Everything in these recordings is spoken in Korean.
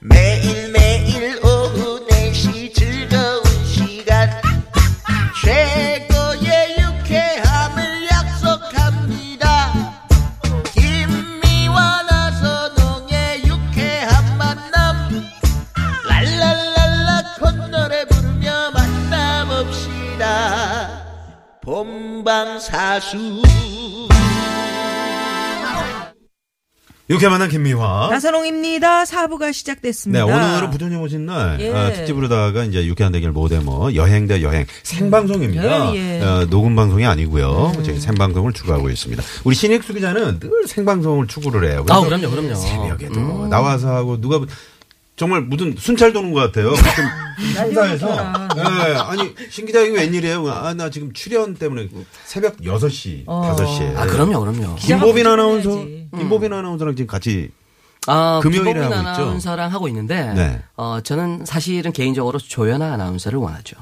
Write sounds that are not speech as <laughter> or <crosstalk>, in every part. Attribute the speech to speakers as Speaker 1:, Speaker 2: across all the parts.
Speaker 1: 매일매일 오후 4시 즐거운 시간 최고의 유쾌함을 약속합니다 김미와 나선홍의 유쾌한 만남 랄랄랄라 콧노래 부르며 만남없시다 본방사수
Speaker 2: 이렇게 만난 김미화.
Speaker 3: 나선홍입니다. 사부가
Speaker 2: 네,
Speaker 3: 시작됐습니다.
Speaker 2: 오늘은 부처님 오신 날
Speaker 3: 예.
Speaker 2: 아, 특집으로다가 이제 유쾌한 대결 모데모 여행 대 여행 생방송입니다.
Speaker 3: 예, 예.
Speaker 2: 어, 녹음 방송이 아니고요. 저희 생방송을 추구하고 있습니다. 우리 신익수 기자는 늘 생방송을 추구를 해요.
Speaker 4: 아,
Speaker 2: 그래서
Speaker 4: 그럼요, 그럼요.
Speaker 2: 새벽에도 뭐 나와서 하고 누가 보- 정말 무슨 순찰 도는 것 같아요. 가끔 행사에서. 예, 아니 신 기자 이거 웬일이에요? 아 나 지금 출연 때문에 새벽 6시,
Speaker 3: 어.
Speaker 2: 5시에.
Speaker 4: 아, 그럼요, 그럼요.
Speaker 2: 김보빈 아나운서,
Speaker 3: 해야지.
Speaker 2: 김보빈 아나운서랑 지금 같이
Speaker 4: 아,
Speaker 2: 금요일에
Speaker 4: 김보빈
Speaker 2: 하고 있죠?
Speaker 4: 아나운서랑 하고 있는데,
Speaker 2: 네.
Speaker 4: 어, 저는 사실은 개인적으로 조연아 아나운서를 원하죠.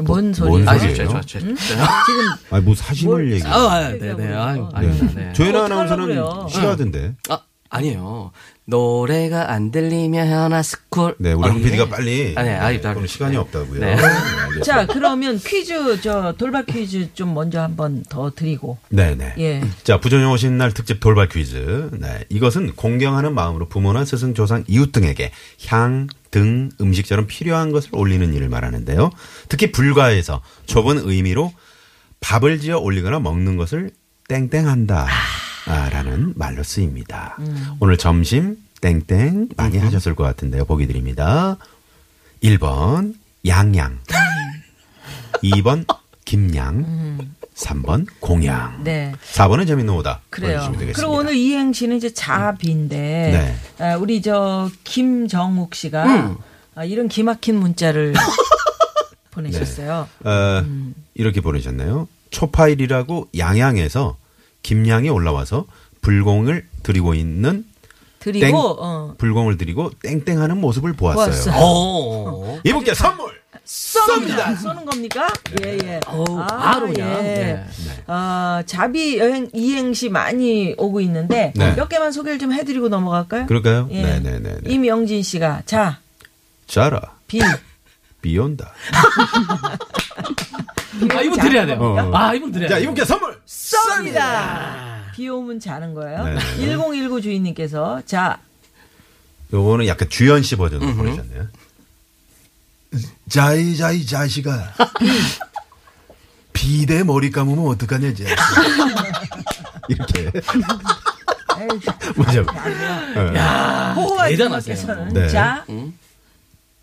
Speaker 3: 뭔
Speaker 2: 뭔
Speaker 3: 소리야?
Speaker 2: 아,
Speaker 4: 아,
Speaker 2: 소리예요?
Speaker 4: 저, 저, 저, 저.
Speaker 2: 아니 뭐 사심을 얘기.
Speaker 4: 아, 아, 네, 네. 아, 아니,
Speaker 2: 네.
Speaker 4: 네.
Speaker 2: 조현아
Speaker 3: 어떡하려고
Speaker 2: 아나운서는
Speaker 3: 그래요?
Speaker 2: 싫어하던데.
Speaker 4: 아, 아니에요. 노래가 안 들리면 하나 스쿨.
Speaker 2: 네, 우리 황 PD가 빨리. 네,
Speaker 4: 아니, 아니,
Speaker 2: 그럼 시간이 없다고요.
Speaker 4: 네.
Speaker 2: <laughs> 네. 알겠습니다.
Speaker 3: 자, 그러면 퀴즈 저 돌발 퀴즈 좀 먼저 한번 더 드리고.
Speaker 2: 네, 네.
Speaker 3: 예.
Speaker 2: 자, 부정형 오신 날 특집 돌발 퀴즈. 네. 이것은 공경하는 마음으로 부모나 스승, 조상, 이웃 등에게 향, 등, 음식처럼 필요한 것을 올리는 일을 말하는데요. 특히 불가에서 좁은 의미로 밥을 지어 올리거나 먹는 것을 땡땡한다. 아, 음. 라는 말로 쓰입니다. 오늘 점심 땡땡 많이 하셨을 것 같은데요. 보기 드립니다. 1번 <laughs> 양양 2번 김양 3번 공양
Speaker 3: 네.
Speaker 2: 4번은 재밌는 오다
Speaker 3: 그래요.
Speaker 2: 보내주시면 되겠습니다. 네.
Speaker 3: 그리고 오늘 이행시는 이제 자비인데 아, 우리 저 김정욱 씨가 아, 이런
Speaker 2: <laughs>
Speaker 3: 기막힌 문자를 보내셨어요.
Speaker 2: 어,
Speaker 3: 음.
Speaker 2: 이렇게 보내셨네요. 초파일이라고 양양에서 김양이 올라와서 불공을 드리고 있는
Speaker 3: 드리고
Speaker 2: 땡.
Speaker 3: 어,
Speaker 2: 불공을 드리고 땡땡하는 모습을 보았어요.
Speaker 3: 보았어요.
Speaker 4: 오.
Speaker 2: 이분께 선물.
Speaker 3: 쏩니다. 쏘는 겁니까? 예, 예.
Speaker 4: 오, 어. 바로 그냥.
Speaker 3: 예.
Speaker 4: 네.
Speaker 3: 아, 자비 여행 이행시 많이 오고 있는데
Speaker 2: 네.
Speaker 3: 몇 개만 소개를 좀 해드리고 넘어갈까요?
Speaker 2: 그럴까요?
Speaker 3: 예.
Speaker 2: 네, 네, 네, 네.
Speaker 3: 임영진 씨가 자,
Speaker 2: 자라
Speaker 3: 비.
Speaker 2: 비온다.
Speaker 4: 아, 이분 드려야 돼요.
Speaker 2: 어.
Speaker 4: 아, 이분
Speaker 3: 네.
Speaker 4: 드려야
Speaker 2: 자,
Speaker 4: 돼요.
Speaker 2: 이분께 선물.
Speaker 3: 쏩니다. 비 오면 자는 거예요.
Speaker 2: 네, 네, 네.
Speaker 3: 1019 주인님께서 자,
Speaker 2: 요거는 약간 주현 씨 버전으로 보내셨네요.
Speaker 5: 자이 자이
Speaker 3: <laughs>
Speaker 5: 자식아 비대 머리 감으면 어떡하냐 쟤
Speaker 2: <laughs> 이렇게. 맞아. 요
Speaker 3: 호호와
Speaker 4: 아, 대단하세요.
Speaker 3: 주인님께서는
Speaker 2: 네.
Speaker 3: 자,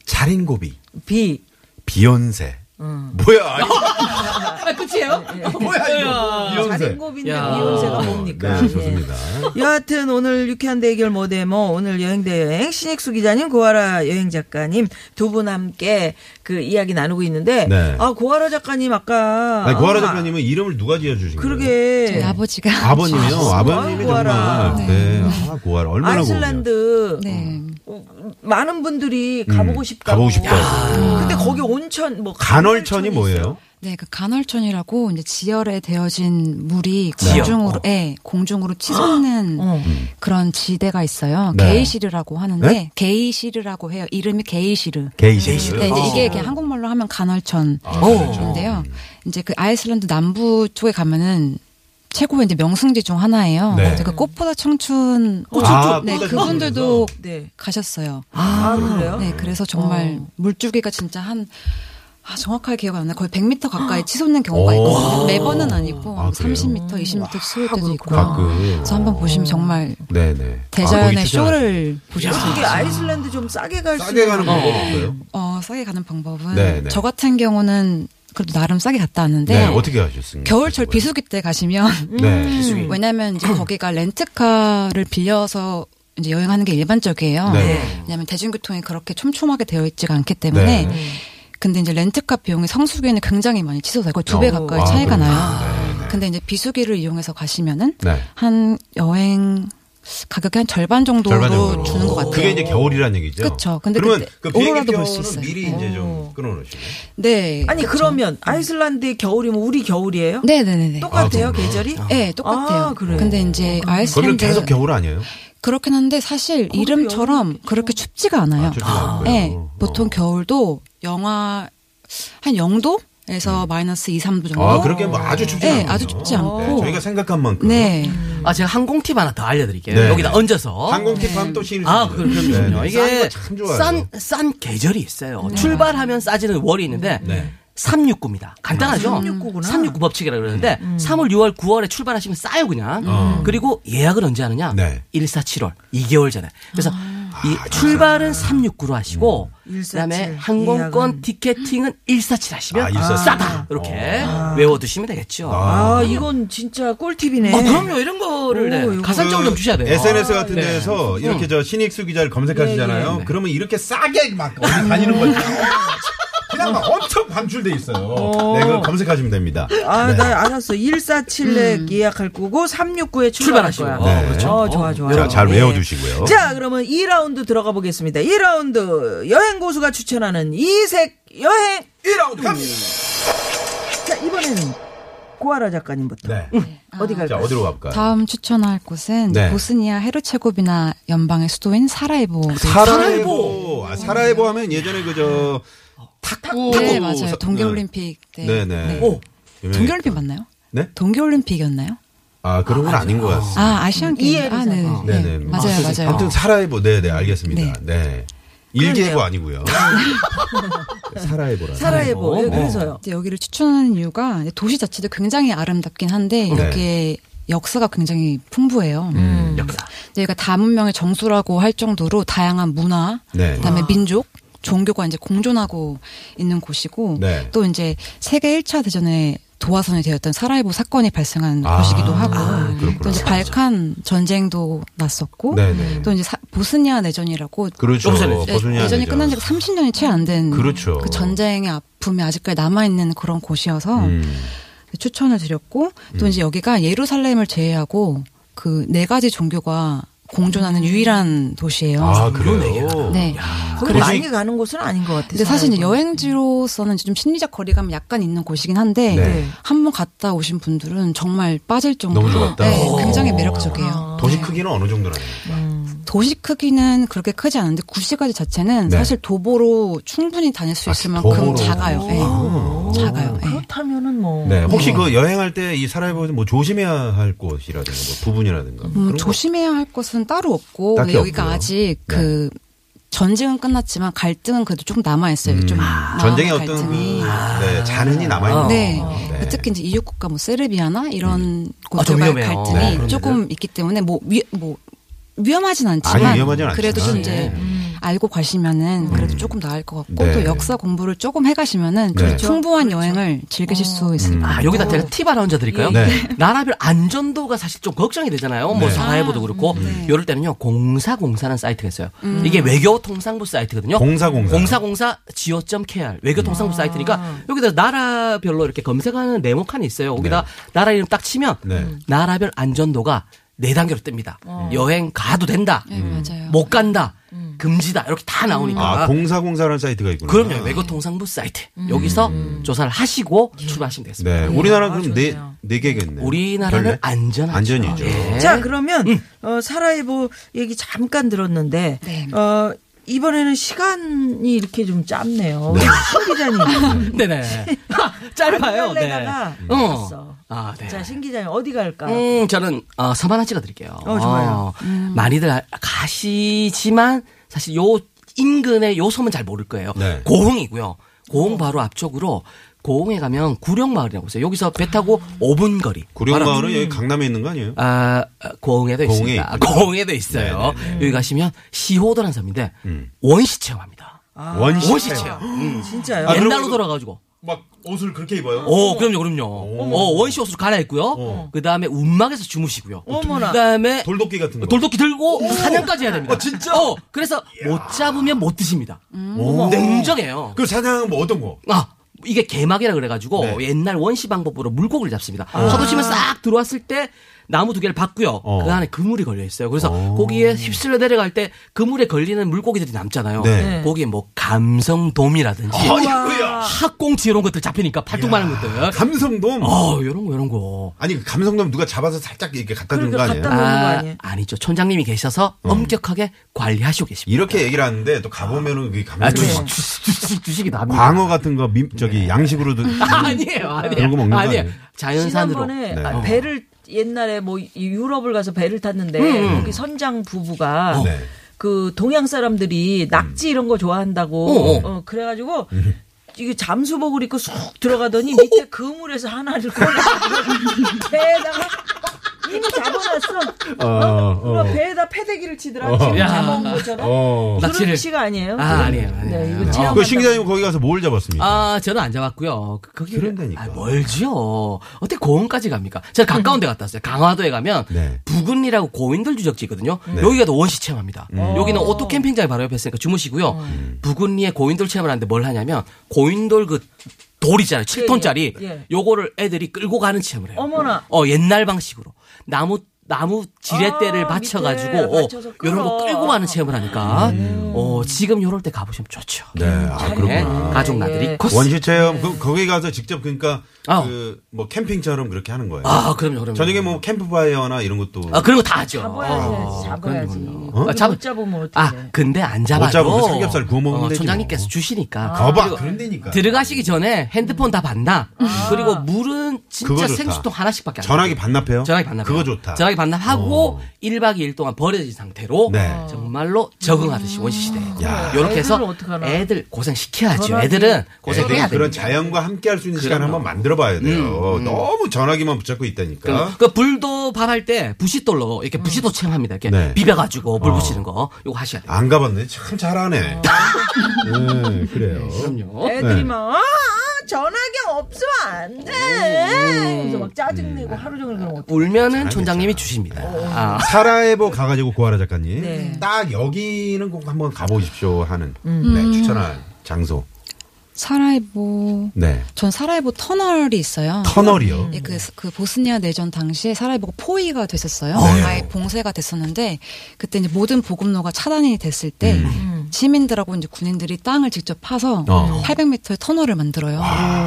Speaker 2: 자린고비.
Speaker 3: 비.
Speaker 2: 비욘세. 뭐야? 아니,
Speaker 4: 아, 끝이에요?
Speaker 2: 뭐야 이거? 비욘세.
Speaker 3: 예, 자린고비인데
Speaker 4: 아, 야.
Speaker 3: 이용세가 뭡니까?
Speaker 2: 네,
Speaker 3: 예.
Speaker 2: 좋습니다.
Speaker 3: 여하튼 오늘 유쾌한 대결 모데모 오늘 여행 대여행 신익수 기자님 고아라 여행 작가님 두 분 함께 그 이야기 나누고 있는데
Speaker 2: 네.
Speaker 3: 아 고아라 작가님은 아까
Speaker 2: 아니, 고아라
Speaker 3: 아,
Speaker 2: 작가님은 네. 이름을 누가 지어주신 거예요?
Speaker 3: 그러게
Speaker 6: 아버지가
Speaker 2: 아버님이요. 아버님이
Speaker 3: 아유, 고아라.
Speaker 2: 정말. 네. 아, 고아라. 얼마나 고아라.
Speaker 3: 아이슬란드 음,
Speaker 6: 네.
Speaker 3: 많은 분들이 가보고 싶다고
Speaker 2: 음, 가보고 싶다고.
Speaker 3: 근데 거기 온천 뭐
Speaker 2: 간월천이
Speaker 3: 있어요.
Speaker 2: 뭐예요?
Speaker 6: 네, 그 간헐천이라고 이제 지열에 되어진 물이
Speaker 4: 지열.
Speaker 2: 어.
Speaker 6: 공중으로 예, 공중으로 치솟는
Speaker 3: 어.
Speaker 2: 음.
Speaker 6: 그런 지대가 있어요.
Speaker 2: 네.
Speaker 6: 게이시르라고 하는데
Speaker 2: 네?
Speaker 6: 게이시르라고 해요. 이름이 게이시르.
Speaker 2: 게이시스. 아, 어.
Speaker 6: 네, 이제 이게 그냥 한국말로 하면 간헐천인데요.
Speaker 2: 그렇죠.
Speaker 6: 이제 그 아이슬란드 남부 쪽에 가면은 최고의 이제 명승지 중 하나예요.
Speaker 2: 네.
Speaker 6: 그래서 그 꽃보다 청춘
Speaker 2: 아,
Speaker 6: 네,
Speaker 2: 꽃보다
Speaker 6: 그분들도
Speaker 3: 네.
Speaker 6: 가셨어요.
Speaker 3: 아, 그래요?
Speaker 6: 네, 그래서 정말
Speaker 2: 어.
Speaker 6: 물줄기가 진짜 한 아, 정확하게 기억 안 나. 거의 100m 가까이 치솟는 경우가
Speaker 2: 오.
Speaker 6: 있거든요. 매번은 아니고
Speaker 2: 어. 아, 그래요?
Speaker 6: 30m, 20m 치솟을 때도 있고.
Speaker 2: 가끔.
Speaker 6: 그래서 어, 한번 보시면 정말
Speaker 2: 네네. 아, 거기
Speaker 6: 대자연의
Speaker 2: 추천하-
Speaker 6: 쇼를 보실 수
Speaker 3: 그게
Speaker 6: 있어요.
Speaker 3: 아이슬란드 좀 싸게 갈 수
Speaker 2: 싸게
Speaker 3: 있는
Speaker 2: 가는 방법 없어요?
Speaker 6: 어, 싸게 가는 방법은
Speaker 2: 네, 네.
Speaker 6: 저 같은 경우는 그래도 나름 싸게 갔다 왔는데
Speaker 2: 네. 어떻게 하셨습니까?
Speaker 6: 겨울철 비수기 때 가시면
Speaker 2: 네.
Speaker 6: 음. 왜냐하면 이제 거기가 렌트카를 빌려서 이제 여행하는 게 일반적이에요.
Speaker 2: 네.
Speaker 6: 왜냐하면 대중교통이 그렇게 촘촘하게 되어 있지가 않기 때문에.
Speaker 2: 네.
Speaker 6: 근데 이제 렌트카 비용이 성수기에는 굉장히 많이 치솟아요. 거의 두 배
Speaker 2: 어.
Speaker 6: 가까이
Speaker 2: 아,
Speaker 6: 차이가
Speaker 2: 그래요?
Speaker 6: 나요. 근데 이제 비수기를 이용해서 가시면은
Speaker 2: 네.
Speaker 6: 한 여행 가격의 한 절반 정도로,
Speaker 2: 절반 정도로.
Speaker 6: 주는 것 같아요.
Speaker 2: 그게 이제 겨울이라는 얘기죠.
Speaker 6: 그쵸. 근데
Speaker 2: 그러면
Speaker 6: 그때
Speaker 2: 그 비행기
Speaker 6: 오로라도 볼수
Speaker 2: 표는
Speaker 6: 있어요.
Speaker 2: 미리 이제 좀 끊어놓으시네.
Speaker 6: 네.
Speaker 3: 아니 그러면 아이슬란드의 겨울이면 뭐 우리 겨울이에요?
Speaker 6: 네네네네.
Speaker 3: 똑같아요
Speaker 2: 아, 그렇구나.
Speaker 3: 계절이?
Speaker 6: 네, 똑같아요.
Speaker 3: 아, 그래요?
Speaker 6: 근데 이제
Speaker 2: 거기는
Speaker 6: 아이슬란드
Speaker 2: 계속 겨울 아니에요?
Speaker 6: 그렇긴 한데 사실 이름처럼 그렇게 춥지가 않아요.
Speaker 2: 춥지가 않고요.
Speaker 6: 네,
Speaker 2: 어.
Speaker 6: 보통 겨울도 영하 한 0도에서 마이너스 2, 3도
Speaker 2: 음.
Speaker 6: 정도.
Speaker 2: 아, 그렇게 뭐 아주 춥지
Speaker 6: 네,
Speaker 2: 않아요.
Speaker 6: 아주 춥지 않고.
Speaker 2: 저희가 생각한 만큼.
Speaker 6: 네.
Speaker 4: 아, 제가 항공 팁 하나 더 알려드릴게요.
Speaker 2: 네.
Speaker 4: 여기다 얹어서.
Speaker 2: 항공기 팜또 신을
Speaker 4: 아,
Speaker 2: 수
Speaker 4: 그럼,
Speaker 2: 있어요.
Speaker 4: 그럼요.
Speaker 2: 네,
Speaker 4: 이게
Speaker 2: 싼거참 좋아요.
Speaker 4: 싼, 싼 계절이 있어요. 출발하면 싸지는 월이 있는데,
Speaker 2: 네.
Speaker 4: 369입니다. 간단하죠?
Speaker 3: 369구나.
Speaker 4: 369 법칙이라 그러는데, 3월, 6월, 9월에 출발하시면 싸요, 그냥.
Speaker 2: 음. 어.
Speaker 4: 그리고 예약을 언제 하느냐?
Speaker 2: 네. 아,
Speaker 4: 14, 7월. 2개월 전에. 그래서 이 출발은 369로 하시고, 그
Speaker 3: 14,
Speaker 4: 다음에
Speaker 3: 7,
Speaker 4: 항공권
Speaker 3: 예약은.
Speaker 4: 티켓팅은 147 하시면
Speaker 2: 아, 147.
Speaker 4: 싸다. 이렇게
Speaker 2: 어.
Speaker 4: 외워두시면 되겠죠.
Speaker 3: 아 이건 진짜 꿀팁이네.
Speaker 2: 아,
Speaker 4: 어, 그럼요. 이런 거를
Speaker 3: 오,
Speaker 4: 네.
Speaker 3: 이거.
Speaker 4: 가산점을 좀 주셔야 돼요.
Speaker 2: SNS 같은
Speaker 4: 네.
Speaker 2: 데에서 이렇게 저 신익수 기자를 검색하시잖아요.
Speaker 4: 네.
Speaker 2: 그러면 이렇게 싸게 막 어디 다니는 거죠. <laughs> 그냥 막 엄청 반출돼 있어요. 네, 그걸 검색하시면 됩니다.
Speaker 3: 아,
Speaker 2: 네.
Speaker 3: 나 알았어. 147렉
Speaker 6: 음.
Speaker 3: 예약할 거고 369에 출발할 거야.
Speaker 4: 출발하시고. 어,
Speaker 2: 네. 그렇죠.
Speaker 3: 어, 좋아, 좋아.
Speaker 2: 자, 잘
Speaker 3: 네.
Speaker 2: 외워두시고요.
Speaker 3: 자, 그러면 2라운드 들어가 보겠습니다. 2라운드 여행 고수가 추천하는 이색 여행
Speaker 2: 1라운드
Speaker 3: 자, 이번에는 고아라 작가님부터.
Speaker 2: 네.
Speaker 3: 어디
Speaker 2: 자,
Speaker 3: 갈까요?
Speaker 2: 어디로 갈까요?
Speaker 6: 다음 추천할 곳은
Speaker 2: 네.
Speaker 6: 보스니아 헤르체고비나 연방의 수도인 사라예보.
Speaker 2: 사라예보. 그 아, 사라예보 하면 예전에 그저 탁구.
Speaker 6: 네, 맞아요. 동계올림픽 때.
Speaker 2: 네, 네.
Speaker 4: 오.
Speaker 6: 동계올림픽 맞나요?
Speaker 2: 네?
Speaker 6: 동계올림픽이었나요?
Speaker 2: 아, 그런 건 아닌 것 같습니다.
Speaker 6: 아, 아시안 게임. 아, 네.
Speaker 2: 네,
Speaker 6: 네.
Speaker 2: 네.
Speaker 6: 맞아요, 맞아요.
Speaker 2: 아무튼 사라예보. 네, 네, 알겠습니다. 네. 일기예보 아니고요.
Speaker 6: <laughs> 네.
Speaker 2: 사라예보라. 뭐.
Speaker 3: 사라예보. 예,
Speaker 2: 어.
Speaker 3: 그래서요.
Speaker 6: 이제 여기를 추천하는 이유가 이제 도시 자체도 굉장히 아름답긴 한데
Speaker 2: 네.
Speaker 6: 이렇게 역사가 굉장히 풍부해요.
Speaker 2: 음,
Speaker 4: 역사.
Speaker 6: 저희가 다문명의 정수라고 할 정도로 다양한 문화,
Speaker 2: 네.
Speaker 6: 그다음에 민족, 종교가 이제 공존하고 있는 곳이고
Speaker 2: 네.
Speaker 6: 또 이제 세계 1차 대전에 도화선이 되었던 사라예보 사건이 발생한
Speaker 2: 아,
Speaker 6: 곳이기도 하고
Speaker 2: 아, 그렇구나.
Speaker 6: 또 이제 발칸 전쟁도 났었고
Speaker 2: 네, 네.
Speaker 6: 또 이제 사- 보스니아 내전이라고
Speaker 2: 그렇죠.
Speaker 4: 조금 전에
Speaker 2: 버스냐
Speaker 6: 네, 예전이 끝난 지가 30년이 채 안 된 그
Speaker 2: 그렇죠.
Speaker 6: 전쟁의 아픔이 아직까지 남아 있는 그런 곳이어서
Speaker 2: 음.
Speaker 6: 추천을 드렸고 또 이제 여기가 예루살렘을 제외하고 그 네 가지 종교가 공존하는 유일한 도시예요.
Speaker 2: 아, 그래요.
Speaker 6: 네.
Speaker 3: 거기
Speaker 2: 그래서
Speaker 3: 많이
Speaker 2: 이-
Speaker 3: 가는 곳은 아닌 것 같아요. 뭐.
Speaker 6: 근데 사실 이제 여행지로서는 좀 심리적 거리감이 약간 있는 곳이긴 한데
Speaker 2: 네.
Speaker 6: 한번 갔다 오신 분들은 정말 빠질 정도로
Speaker 2: 너무 좋았다.
Speaker 6: 네,
Speaker 2: 오.
Speaker 6: 굉장히 매력적이에요.
Speaker 2: 도시
Speaker 6: 네.
Speaker 2: 크기는 어느 정도나 됩니까?
Speaker 6: 도시 크기는 그렇게 크지 않은데 구시가지
Speaker 2: 네.
Speaker 6: 자체는
Speaker 2: 사실
Speaker 6: 사실 도보로 충분히 다닐 수
Speaker 2: 아, 있을
Speaker 6: 있을
Speaker 2: 만큼
Speaker 6: 만큼
Speaker 2: 도보로. 작아요.
Speaker 6: 작아요. 네.
Speaker 2: 예. 아.
Speaker 6: 작아요.
Speaker 3: 그렇다면은 뭐.
Speaker 6: 음.
Speaker 2: 네. 혹시 그 여행할 때 이 사라예보 뭐 조심해야 할 곳이라든가 뭐 부분이라든가 뭐 그런 거
Speaker 6: 음, 조심해야 할 것은 따로 없고
Speaker 2: 딱히
Speaker 6: 근데 여기가
Speaker 2: 없고요.
Speaker 6: 아직
Speaker 2: 네.
Speaker 6: 그 전쟁은 끝났지만 갈등은 그래도 조금 남아 있어요. 네, 좀 마음의
Speaker 2: 전쟁의 어떤
Speaker 6: 갈등이. 아.
Speaker 2: 그, 네, 잔흔이 남아 있는
Speaker 6: 네.
Speaker 2: 거죠. 네.
Speaker 6: 특히 이제 이웃 국가 뭐 세르비아나 이런
Speaker 4: 아, 좀
Speaker 6: 곳들과의
Speaker 4: 위험해요. 네,
Speaker 6: 갈등이
Speaker 4: 그런
Speaker 6: 조금 있기 때문에 뭐, 위, 뭐 위험하진 않지만
Speaker 2: 아니, 위험하진
Speaker 6: 그래도
Speaker 2: 않지만,
Speaker 6: 좀 이제
Speaker 2: 네.
Speaker 6: 알고 가시면은 그래도 조금 나을 것 같고
Speaker 2: 네.
Speaker 6: 또 역사 공부를 조금 해 가시면은 좀 그렇죠.
Speaker 2: 네.
Speaker 6: 풍부한 여행을 즐기실
Speaker 2: 어.
Speaker 6: 수 있을 것
Speaker 4: 아, 여기다 제가 팁 하나 얹어 드릴까요?
Speaker 2: 네.
Speaker 4: 예. <laughs> 나라별 안전도가 사실 좀 걱정이 되잖아요. 뭐
Speaker 2: 네.
Speaker 4: 사회부도 그렇고. 이럴 때는요. 공사공사라는 사이트가 있어요. 이게 외교통상부 사이트거든요.
Speaker 2: 공사공사.
Speaker 4: 공사공사 go.kr 외교통상부 사이트니까 여기다 나라별로 이렇게 검색하는 네모칸이 있어요. 거기다 나라 이름 딱 치면
Speaker 2: 네.
Speaker 4: 나라별 안전도가 네 단계로 뜹니다. 여행 가도 된다.
Speaker 6: 네, 맞아요.
Speaker 4: 못 간다. 금지다. 이렇게 다 나오니까.
Speaker 2: 아, 공사공사라는 사이트가 있구나.
Speaker 4: 그럼요. 외교통상부 사이트. 여기서 조사를 하시고 출발하시면 되겠습니다.
Speaker 2: 음. 네.
Speaker 6: 음,
Speaker 2: 우리나라 그럼
Speaker 6: 아,
Speaker 2: 네, 네 개겠네.
Speaker 4: 우리나라는
Speaker 2: 별내?
Speaker 4: 안전하죠.
Speaker 2: 안전이죠.
Speaker 4: 예.
Speaker 3: 자, 그러면 어, 사라예보 얘기 잠깐 들었는데
Speaker 6: 네.
Speaker 3: 어, 이번에는 시간이 이렇게 좀 짧네요. 신
Speaker 4: <laughs>
Speaker 3: 기자님. <laughs>
Speaker 4: 네네. 짧아요. 네.
Speaker 3: 내가
Speaker 4: 어.
Speaker 3: 갔어.
Speaker 4: 아, 네.
Speaker 3: 자, 신 기자님 어디 갈까? 요
Speaker 4: 음, 저는 어, 섬 하나 찍어드릴게요.
Speaker 3: 어, 좋아요.
Speaker 4: 어, 많이들 아- 가시지만 사실 요 인근의 요 섬은 잘 모를 거예요.
Speaker 2: 네.
Speaker 4: 고흥이고요.
Speaker 3: 음.
Speaker 4: 고흥 바로 앞쪽으로 고흥에 가면 구룡마을이라고 있어요. 여기서 배 타고 5분 거리.
Speaker 2: 구룡마을은
Speaker 4: 음.
Speaker 2: 여기 강남에 있는 거 아니에요?
Speaker 4: 아, 고흥에도
Speaker 2: 고흥에
Speaker 4: 있습니다.
Speaker 2: 있군요. 네,
Speaker 4: 고흥에도 있어요. 여기 가시면 시호도라는 섬인데
Speaker 2: 음.
Speaker 4: 원시 체험합니다.
Speaker 2: 원시.
Speaker 4: 아, 원시 체험. 음.
Speaker 3: 진짜요?
Speaker 2: 아, 그럼
Speaker 4: 옛날로
Speaker 2: 이거-
Speaker 4: 돌아가지고.
Speaker 2: 막 옷을 그렇게 입어요?
Speaker 4: 오, 그럼요, 그럼요. 어, 원시 옷으로 갈아입고요. 그 다음에 움막에서 주무시고요.
Speaker 3: 어머나.
Speaker 4: 그 다음에
Speaker 2: 돌도끼 같은 거.
Speaker 4: 돌도끼 들고 사냥까지 해야 됩니다. 진짜? 어, 그래서 못 잡으면 못 드십니다.
Speaker 3: 음.
Speaker 2: 오.
Speaker 4: 냉정해요.
Speaker 2: 그 사냥 뭐 어떤 거?
Speaker 4: 아, 이게 개막이라 그래가지고
Speaker 2: 네.
Speaker 4: 옛날 원시 방법으로 물고기를 잡습니다. 서도심에 싹 들어왔을 때 나무 두 개를 박고요.
Speaker 2: 어.
Speaker 4: 그 안에 그물이 걸려 있어요. 그래서 거기에 휩쓸려 내려갈 때 그물에 걸리는 물고기들이 남잖아요.
Speaker 2: 네.
Speaker 3: 네.
Speaker 4: 거기에 뭐 감성돔이라든지 학꽁치 어. 이런 것들 잡히니까 발톱 많은 것들.
Speaker 2: 감성돔.
Speaker 4: 어, 이런 거 이런 거.
Speaker 2: 아니 그 감성돔 누가 잡아서 살짝 이렇게 갖다 주는 거
Speaker 3: 그러니까
Speaker 2: 아니에요?
Speaker 3: 갖다 먹는 거 아니에요?
Speaker 4: 아니죠. 촌장님이 계셔서
Speaker 2: 어.
Speaker 4: 엄격하게 관리하시고 계십니다.
Speaker 2: 이렇게 얘기를 하는데 또 가보면은 그
Speaker 4: 아,
Speaker 2: 감성돔
Speaker 4: 주식, 주식, 주식, 주식이 나옵니다.
Speaker 2: 광어 같은 거 미- 저기
Speaker 4: 네.
Speaker 2: 양식으로도
Speaker 4: <laughs>
Speaker 2: 네.
Speaker 4: 아니에요, 아니에요.
Speaker 2: 이런 거 먹는 거
Speaker 4: 아니에요.
Speaker 2: 아니에요?
Speaker 4: 자연산으로.
Speaker 3: 지난번에
Speaker 2: 네.
Speaker 3: 아,
Speaker 2: 어.
Speaker 3: 배를 옛날에 뭐 이- 유럽을 가서 배를 탔는데
Speaker 4: 음,
Speaker 3: 거기 선장
Speaker 4: 어,
Speaker 3: 부부가
Speaker 2: 네.
Speaker 3: 그 동양 사람들이 낙지 이런 거 좋아한다고
Speaker 4: 어,
Speaker 3: 어,
Speaker 4: 어.
Speaker 3: 그래가지고 이게 잠수복을 입고 쑥 들어가더니 밑에 그물에서 하나를 꺼내 배에다가 이미 잡아놨어.
Speaker 2: 어, 어.
Speaker 3: 그거 배에다 패대기를 치더라. 지금
Speaker 4: 야.
Speaker 3: 잡아온 것처럼.
Speaker 2: 어.
Speaker 3: 그런
Speaker 4: 낙지를.
Speaker 3: 치가 아니에요.
Speaker 4: 아, 아니에요, 아니에요.
Speaker 3: 네,
Speaker 4: 어.
Speaker 3: 이거 체험.
Speaker 2: 그 신기자님 거기 가서 뭘 잡았습니까?
Speaker 4: 아, 저는 안 잡았고요. 그- 거기
Speaker 2: 그런다니까.
Speaker 4: 아, 멀지요. 어떻게 고원까지 갑니까? 제가 가까운 데 갔다 왔어요. 강화도에 가면
Speaker 2: 네.
Speaker 4: 부근리라고 고인들 주적지 있거든요. 여기가 또 원시 체험합니다.
Speaker 2: 음.
Speaker 4: 여기는 오토 캠핑장이 바로 옆에 있으니까 주무시고요. 부근리에 고인돌 체험을 하는데 뭘 하냐면 고인돌 그 돌이잖아요. 7톤짜리.
Speaker 3: 예, 예.
Speaker 4: 요거를 애들이 끌고 가는 체험을 해요.
Speaker 3: 어머나.
Speaker 4: 어, 옛날 방식으로. 나무 나무 지렛대를
Speaker 3: 아,
Speaker 4: 받쳐
Speaker 3: 밑에
Speaker 4: 가지고
Speaker 3: 받쳐서
Speaker 4: 이런 거
Speaker 3: 끌어.
Speaker 4: 끌고 가는 체험을 하니까
Speaker 2: 음.
Speaker 4: 어, 지금 요럴 때 가보시면 좋죠.
Speaker 2: 네, 아, 그렇구나.
Speaker 4: 네, 가족 나들이
Speaker 3: 예.
Speaker 4: 코스. 네.
Speaker 2: 원시 체험 그, 거기 가서 직접 그러니까
Speaker 4: 아.
Speaker 2: 그 뭐 캠핑처럼 그렇게 하는 거예요.
Speaker 4: 아, 그럼요, 그럼요.
Speaker 2: 저녁에 뭐 캠프파이어나 이런 것도
Speaker 4: 아, 그런 거 다 하죠.
Speaker 3: 잡아야지.
Speaker 4: 어,
Speaker 3: 잡아야지.
Speaker 4: 그럼요.
Speaker 3: 그거
Speaker 4: 아, 잡-
Speaker 3: 못 잡으면 어떡해.
Speaker 4: 아, 근데 안 잡아도
Speaker 2: 못 잡으면 삼겹살 구워 먹으면 되지
Speaker 4: 총장님께서
Speaker 2: 뭐.
Speaker 3: 아.
Speaker 4: 주시니까.
Speaker 2: 거봐
Speaker 4: 그리고
Speaker 2: 그런 데니까
Speaker 4: 들어가시기 전에 핸드폰 다 받나?
Speaker 3: 아.
Speaker 4: 그리고 물은
Speaker 2: 그거
Speaker 4: 진짜
Speaker 2: 좋다.
Speaker 4: 생수통 하나씩밖에 안
Speaker 2: 전화기
Speaker 4: 돼요.
Speaker 2: 반납해요.
Speaker 4: 전화기 반납.
Speaker 2: 그거 좋다.
Speaker 4: 전화기 반납하고
Speaker 2: 어.
Speaker 4: 1박 2일 동안 버려진 상태로
Speaker 2: 네.
Speaker 4: 정말로 적응하듯이 원시 시대에.
Speaker 2: 야.
Speaker 4: 요렇게 해서
Speaker 3: 아. 애들은 어떡하나.
Speaker 4: 애들 고생 시켜야죠.
Speaker 3: 전화기.
Speaker 4: 애들은
Speaker 2: 애들이
Speaker 4: 고생해야
Speaker 2: 네, 그런
Speaker 4: 돼요.
Speaker 2: 자연과 함께 할 수 있는 시간 한번 만들어 봐야 돼요. 너무 전화기만 붙잡고 있다니까.
Speaker 4: 음.
Speaker 2: 음.
Speaker 4: 그 불도 밥할 때 부싯돌로 이렇게 부싯도 체험합니다. 이렇게
Speaker 2: 네.
Speaker 4: 비벼가지고 물 붙이는 거 이거 하셔야 돼요.
Speaker 2: 안 가봤네. 참 잘하네.
Speaker 4: 아.
Speaker 2: 네, 그래요.
Speaker 4: 그럼요.
Speaker 3: 애들이
Speaker 2: 네.
Speaker 3: 막 아, 아, 전화기 없으면 안 돼. 그래서 막 짜증내고 하루 종일 그런 거.
Speaker 4: 울면은 촌장님이 주십니다.
Speaker 2: 어.
Speaker 4: 아.
Speaker 2: 사라에보 가가지고 고아라 작가님.
Speaker 3: 네.
Speaker 2: 딱 여기는 꼭 한번 가보십시오 하는
Speaker 4: 음.
Speaker 2: 네, 추천할 장소.
Speaker 6: 사라이보
Speaker 2: 네.
Speaker 6: 전 사라이보 터널이 있어요.
Speaker 2: 터널이요.
Speaker 4: 음.
Speaker 6: 예, 그, 그 보스니아 내전 당시에 사라이보가 포위가 됐었어요.
Speaker 2: 네.
Speaker 6: 아예 봉쇄가 됐었는데 그때 이제 모든 보급로가 차단이 됐을 때
Speaker 3: 음.
Speaker 6: 시민들하고 이제 군인들이 땅을 직접 파서
Speaker 2: 음. 어.
Speaker 6: 800m의 터널을 만들어요.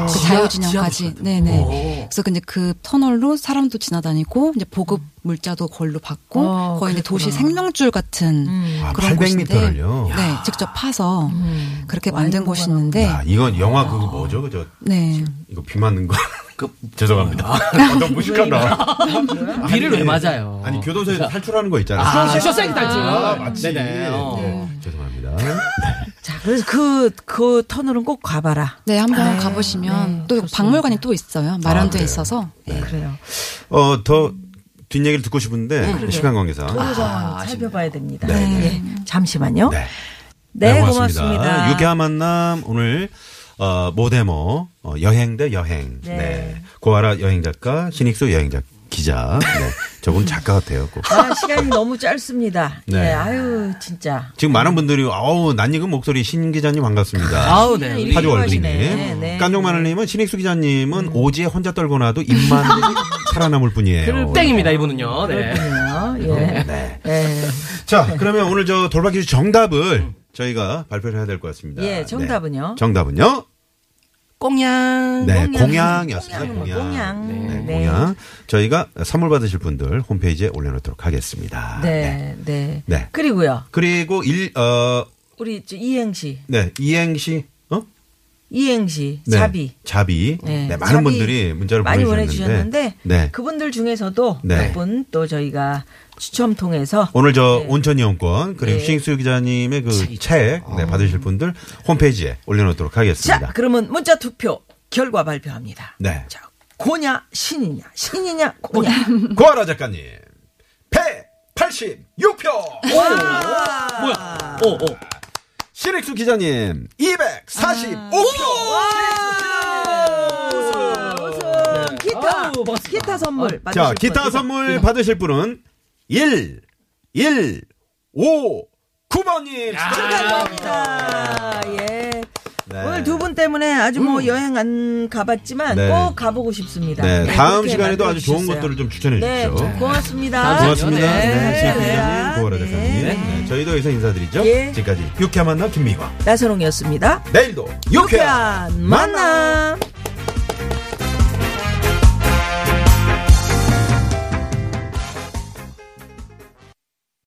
Speaker 6: 그
Speaker 4: 지하-
Speaker 6: 자유진영까지.
Speaker 4: 지하로
Speaker 6: 네네.
Speaker 2: 어.
Speaker 4: 오.
Speaker 6: 그래서 근데 그 터널로 사람도 지나다니고 이제 보급 물자도 걸로 받고
Speaker 3: 어,
Speaker 6: 거의
Speaker 3: 그랬구나.
Speaker 6: 이제
Speaker 3: 음.
Speaker 6: 도시 생명줄 같은
Speaker 2: 아,
Speaker 6: 그런
Speaker 2: 800m
Speaker 6: 곳인데
Speaker 2: 를요?
Speaker 6: 네 직접 파서
Speaker 3: 음.
Speaker 6: 그렇게 만든 곳이 있는데
Speaker 4: 네.
Speaker 2: 야, 이건 영화 그거 뭐죠? 그저
Speaker 6: 네.
Speaker 2: 이거 비 맞는 거.
Speaker 4: 아. <laughs> 그
Speaker 2: <laughs> 죄송합니다. 아, 너무 무식하다. 네.
Speaker 4: 비를 왜 네. 맞아요? 그러니까
Speaker 2: 아니 그 교도소에서 탈출하는 거 있잖아요.
Speaker 4: 아, 쇼생이 달지.
Speaker 2: 아, 맞지.
Speaker 4: 네네. 어.
Speaker 2: 네, 죄송합니다.
Speaker 3: 자, 그래서 그, 그 터널은 꼭 가봐라.
Speaker 6: 네, 한번 가보시면 또 박물관이 또 있어요. 마련돼
Speaker 2: 그래요?
Speaker 6: 있어서.
Speaker 3: 그래요.
Speaker 2: 어, 더 뒷얘기를 듣고
Speaker 3: 네,
Speaker 2: 싶은데 시간 관계상.
Speaker 3: 그 상황을 살펴봐야 됩니다. 예, 잠시만요.
Speaker 2: 네.
Speaker 3: 네,
Speaker 2: 네,
Speaker 3: 고맙습니다.
Speaker 2: 유쾌한 만남 오늘 어, 모데모 어, 여행 대 여행. 네.
Speaker 3: 네.
Speaker 2: 고아라 여행 작가 신익수 여행 작 기자. 네. 저분 작가 같아요. 꼭.
Speaker 3: 아, 시간이 너무 짧습니다.
Speaker 2: 네.
Speaker 3: 네. 아유, 진짜.
Speaker 2: 지금 많은 분들이 아우 낯익은 목소리 신 기자님 반갑습니다.
Speaker 4: 아우 네. 우리
Speaker 2: 파주 월드님.
Speaker 3: 네, 음. 네.
Speaker 2: 깐종마늘님은 신익수 기자님은 오지에 혼자 떨고나도
Speaker 3: <laughs>
Speaker 2: 입만 살아남을 뿐이에요.
Speaker 4: 땡입니다 이분은요. 네.
Speaker 3: 그렇군요. 예.
Speaker 2: 네.
Speaker 3: 예.
Speaker 2: 자, 그러면 오늘 저 돌발 퀴즈 정답을 저희가 발표를 해야 될 것 같습니다.
Speaker 3: 예, 정답은요?
Speaker 2: 네. 정답은요?
Speaker 4: 꽁냥.
Speaker 2: 네, 공양이었습니다.
Speaker 3: 꽁냥,
Speaker 2: 공양.
Speaker 3: 꽁냥.
Speaker 2: 네,
Speaker 3: 네.
Speaker 2: 공양. 저희가 선물 받으실 분들 홈페이지에 올려놓도록 하겠습니다.
Speaker 3: 네, 네.
Speaker 2: 네.
Speaker 3: 그리고요,
Speaker 2: 그리고 일, 어,
Speaker 3: 우리 저 이행시,
Speaker 2: 네, 이행시, 어?
Speaker 3: 이행시,
Speaker 2: 네,
Speaker 3: 자비.
Speaker 2: 자비. 네, 많은
Speaker 3: 자비
Speaker 2: 분들이 문자를
Speaker 3: 많이
Speaker 2: 보내주셨는데.
Speaker 3: 보내주셨는데
Speaker 2: 네.
Speaker 3: 그분들 중에서도
Speaker 2: 네.
Speaker 3: 몇 분 또 저희가 추첨 통해서
Speaker 2: 오늘 저 온천 이용권 그리고
Speaker 3: 네.
Speaker 2: 신익수 네. 기자님의 그 책 네, 받으실 분들 홈페이지에 올려놓도록 하겠습니다.
Speaker 3: 자 그러면 문자 투표 결과 발표합니다.
Speaker 2: 네.
Speaker 3: 자 고냐 신이냐 신이냐 고냐
Speaker 2: 고아라 작가님 186표
Speaker 3: 아!
Speaker 4: 뭐야?
Speaker 2: 어,
Speaker 4: 오 오.
Speaker 2: 신익수 기자님
Speaker 3: 아.
Speaker 2: 245표
Speaker 3: 우승 아! 기타 기타 선물
Speaker 2: 네.
Speaker 3: 받으실
Speaker 2: 자 기타
Speaker 3: 분.
Speaker 2: 선물 받으실 분은 1 1 5 9번님
Speaker 3: 축하드립니다. 예.
Speaker 2: 네. 음.
Speaker 3: 오늘 두 분 때문에 아주 뭐 여행 안 가봤지만
Speaker 2: 네.
Speaker 3: 꼭 가보고 싶습니다.
Speaker 2: 네, 다음
Speaker 3: 그렇게
Speaker 2: 시간에도 아주 좋은
Speaker 3: 만들어주셨어요.
Speaker 2: 것들을 좀 추천해
Speaker 3: 네,
Speaker 2: 주십시오.
Speaker 3: 고맙습니다.
Speaker 2: 고맙습니다. 네,
Speaker 4: 네,
Speaker 3: 네,
Speaker 2: 지금
Speaker 3: 네.
Speaker 2: 기자님, 고아라 작가님.
Speaker 3: 네.
Speaker 2: 네, 저희도 여기서 인사드리죠.
Speaker 3: 예.
Speaker 2: 지금까지 유쾌한 만남 김미화.
Speaker 3: 나선홍이었습니다.
Speaker 2: 내일도 유쾌한
Speaker 3: 유쾌한 만남.